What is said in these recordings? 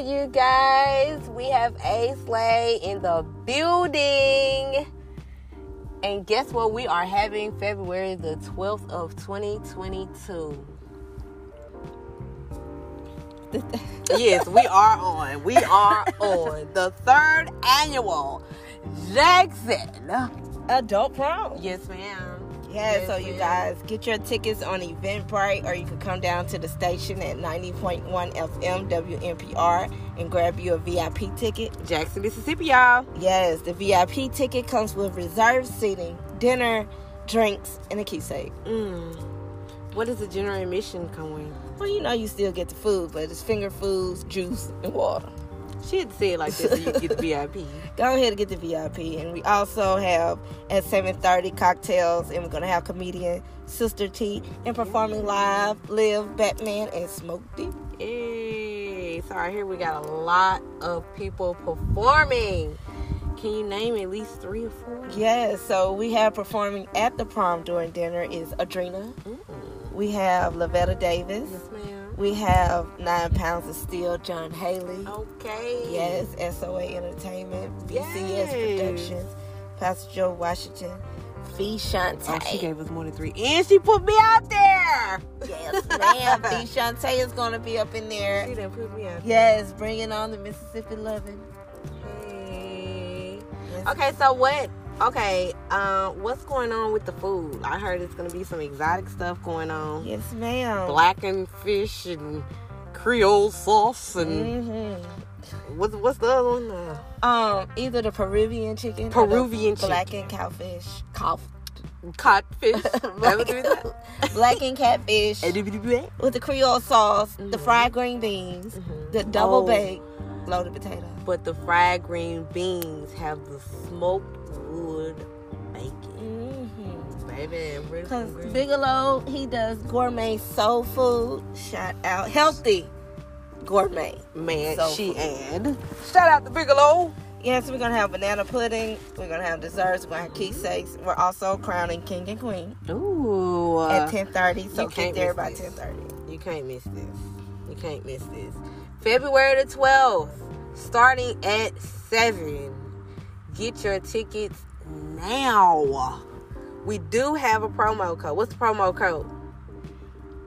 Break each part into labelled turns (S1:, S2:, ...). S1: you guys. We have A Slay in the building. And guess what? We are having February the 12th of 2022. yes, we are on. We are on the third annual Jackson.
S2: Adult prom.
S1: Yes, ma'am.
S2: Yeah,
S1: Yes,
S2: so you
S1: ma'am.
S2: guys get your tickets on Eventbrite or you can come down to the station at 90.1 FM WNPR and grab you a VIP ticket.
S1: Jackson, Mississippi, y'all.
S2: Yes, the VIP ticket comes with reserved seating, dinner, drinks, and a key safe.
S1: Mm. What does the general admission come with?
S2: Well, you know you still get the food, but it's finger foods, juice, and water.
S1: She had said like this, so you get the VIP.
S2: Go ahead and get the VIP. And we also have at 7.30 cocktails, and we're going to have comedian Sister T and performing live, Live, Batman, and Smoke D.
S1: Yay. So right here we got a lot of people performing. Can you name at least three or four?
S2: Yes, so we have performing at the prom during dinner is Adrena.
S1: Mm-mm.
S2: We have Lavetta Davis.
S1: Yes, ma'am.
S2: We have Nine Pounds of Steel, John Haley.
S1: Okay.
S2: Yes, SOA Entertainment, BCS
S1: Yes.
S2: Productions, Pastor Joe Washington, Fee
S1: Oh,
S2: Shantae.
S1: she gave us more than three. And she put me out there.
S2: yes, ma'am. Fee Shantae is going to be up in there.
S1: She done put me out
S2: Yes, bringing on the Mississippi loving.
S1: Hey.
S2: Yes.
S1: Okay, so what? Okay, uh, what's going on with the food? I heard it's gonna be some exotic stuff going on.
S2: Yes, ma'am.
S1: Blackened fish and Creole sauce and
S2: hmm
S1: what's what's the other one? Uh,
S2: Um, either the Peruvian chicken, or the
S1: Peruvian chicken.
S2: blackened cowfish, cow,
S1: codfish. That would be that.
S2: blackened catfish
S1: Mhm.
S2: with the Creole sauce, the
S1: Mhm.
S2: fried green beans, the double
S1: Oh,
S2: baked loaded potato.
S1: But the fried green beans have the smoked wood bacon.
S2: Mm-hmm.
S1: Baby, I'm really
S2: Cause
S1: hungry.
S2: Bigelow he does gourmet soul food. Shout out healthy gourmet.
S1: man,
S2: so
S1: she
S2: good.
S1: and shout out to Bigelow.
S2: Yes, we're gonna have banana pudding. We're gonna have desserts. We're gonna have
S1: Mm-hmm.
S2: keepsakes. We're also crowning king and queen
S1: Ooh,
S2: at ten thirty. So
S1: Uh, you can't
S2: get there
S1: miss
S2: by
S1: this.
S2: ten thirty.
S1: You can't miss this. You can't miss this. February the 12th, starting at 7. Get your tickets now. We do have a promo code. What's the promo code?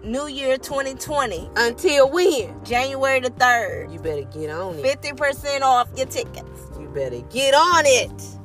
S2: New Year twenty twenty,
S1: Until when?
S2: January the third.
S1: You better get on it.
S2: Fifty percent off your tickets.
S1: You better get on it.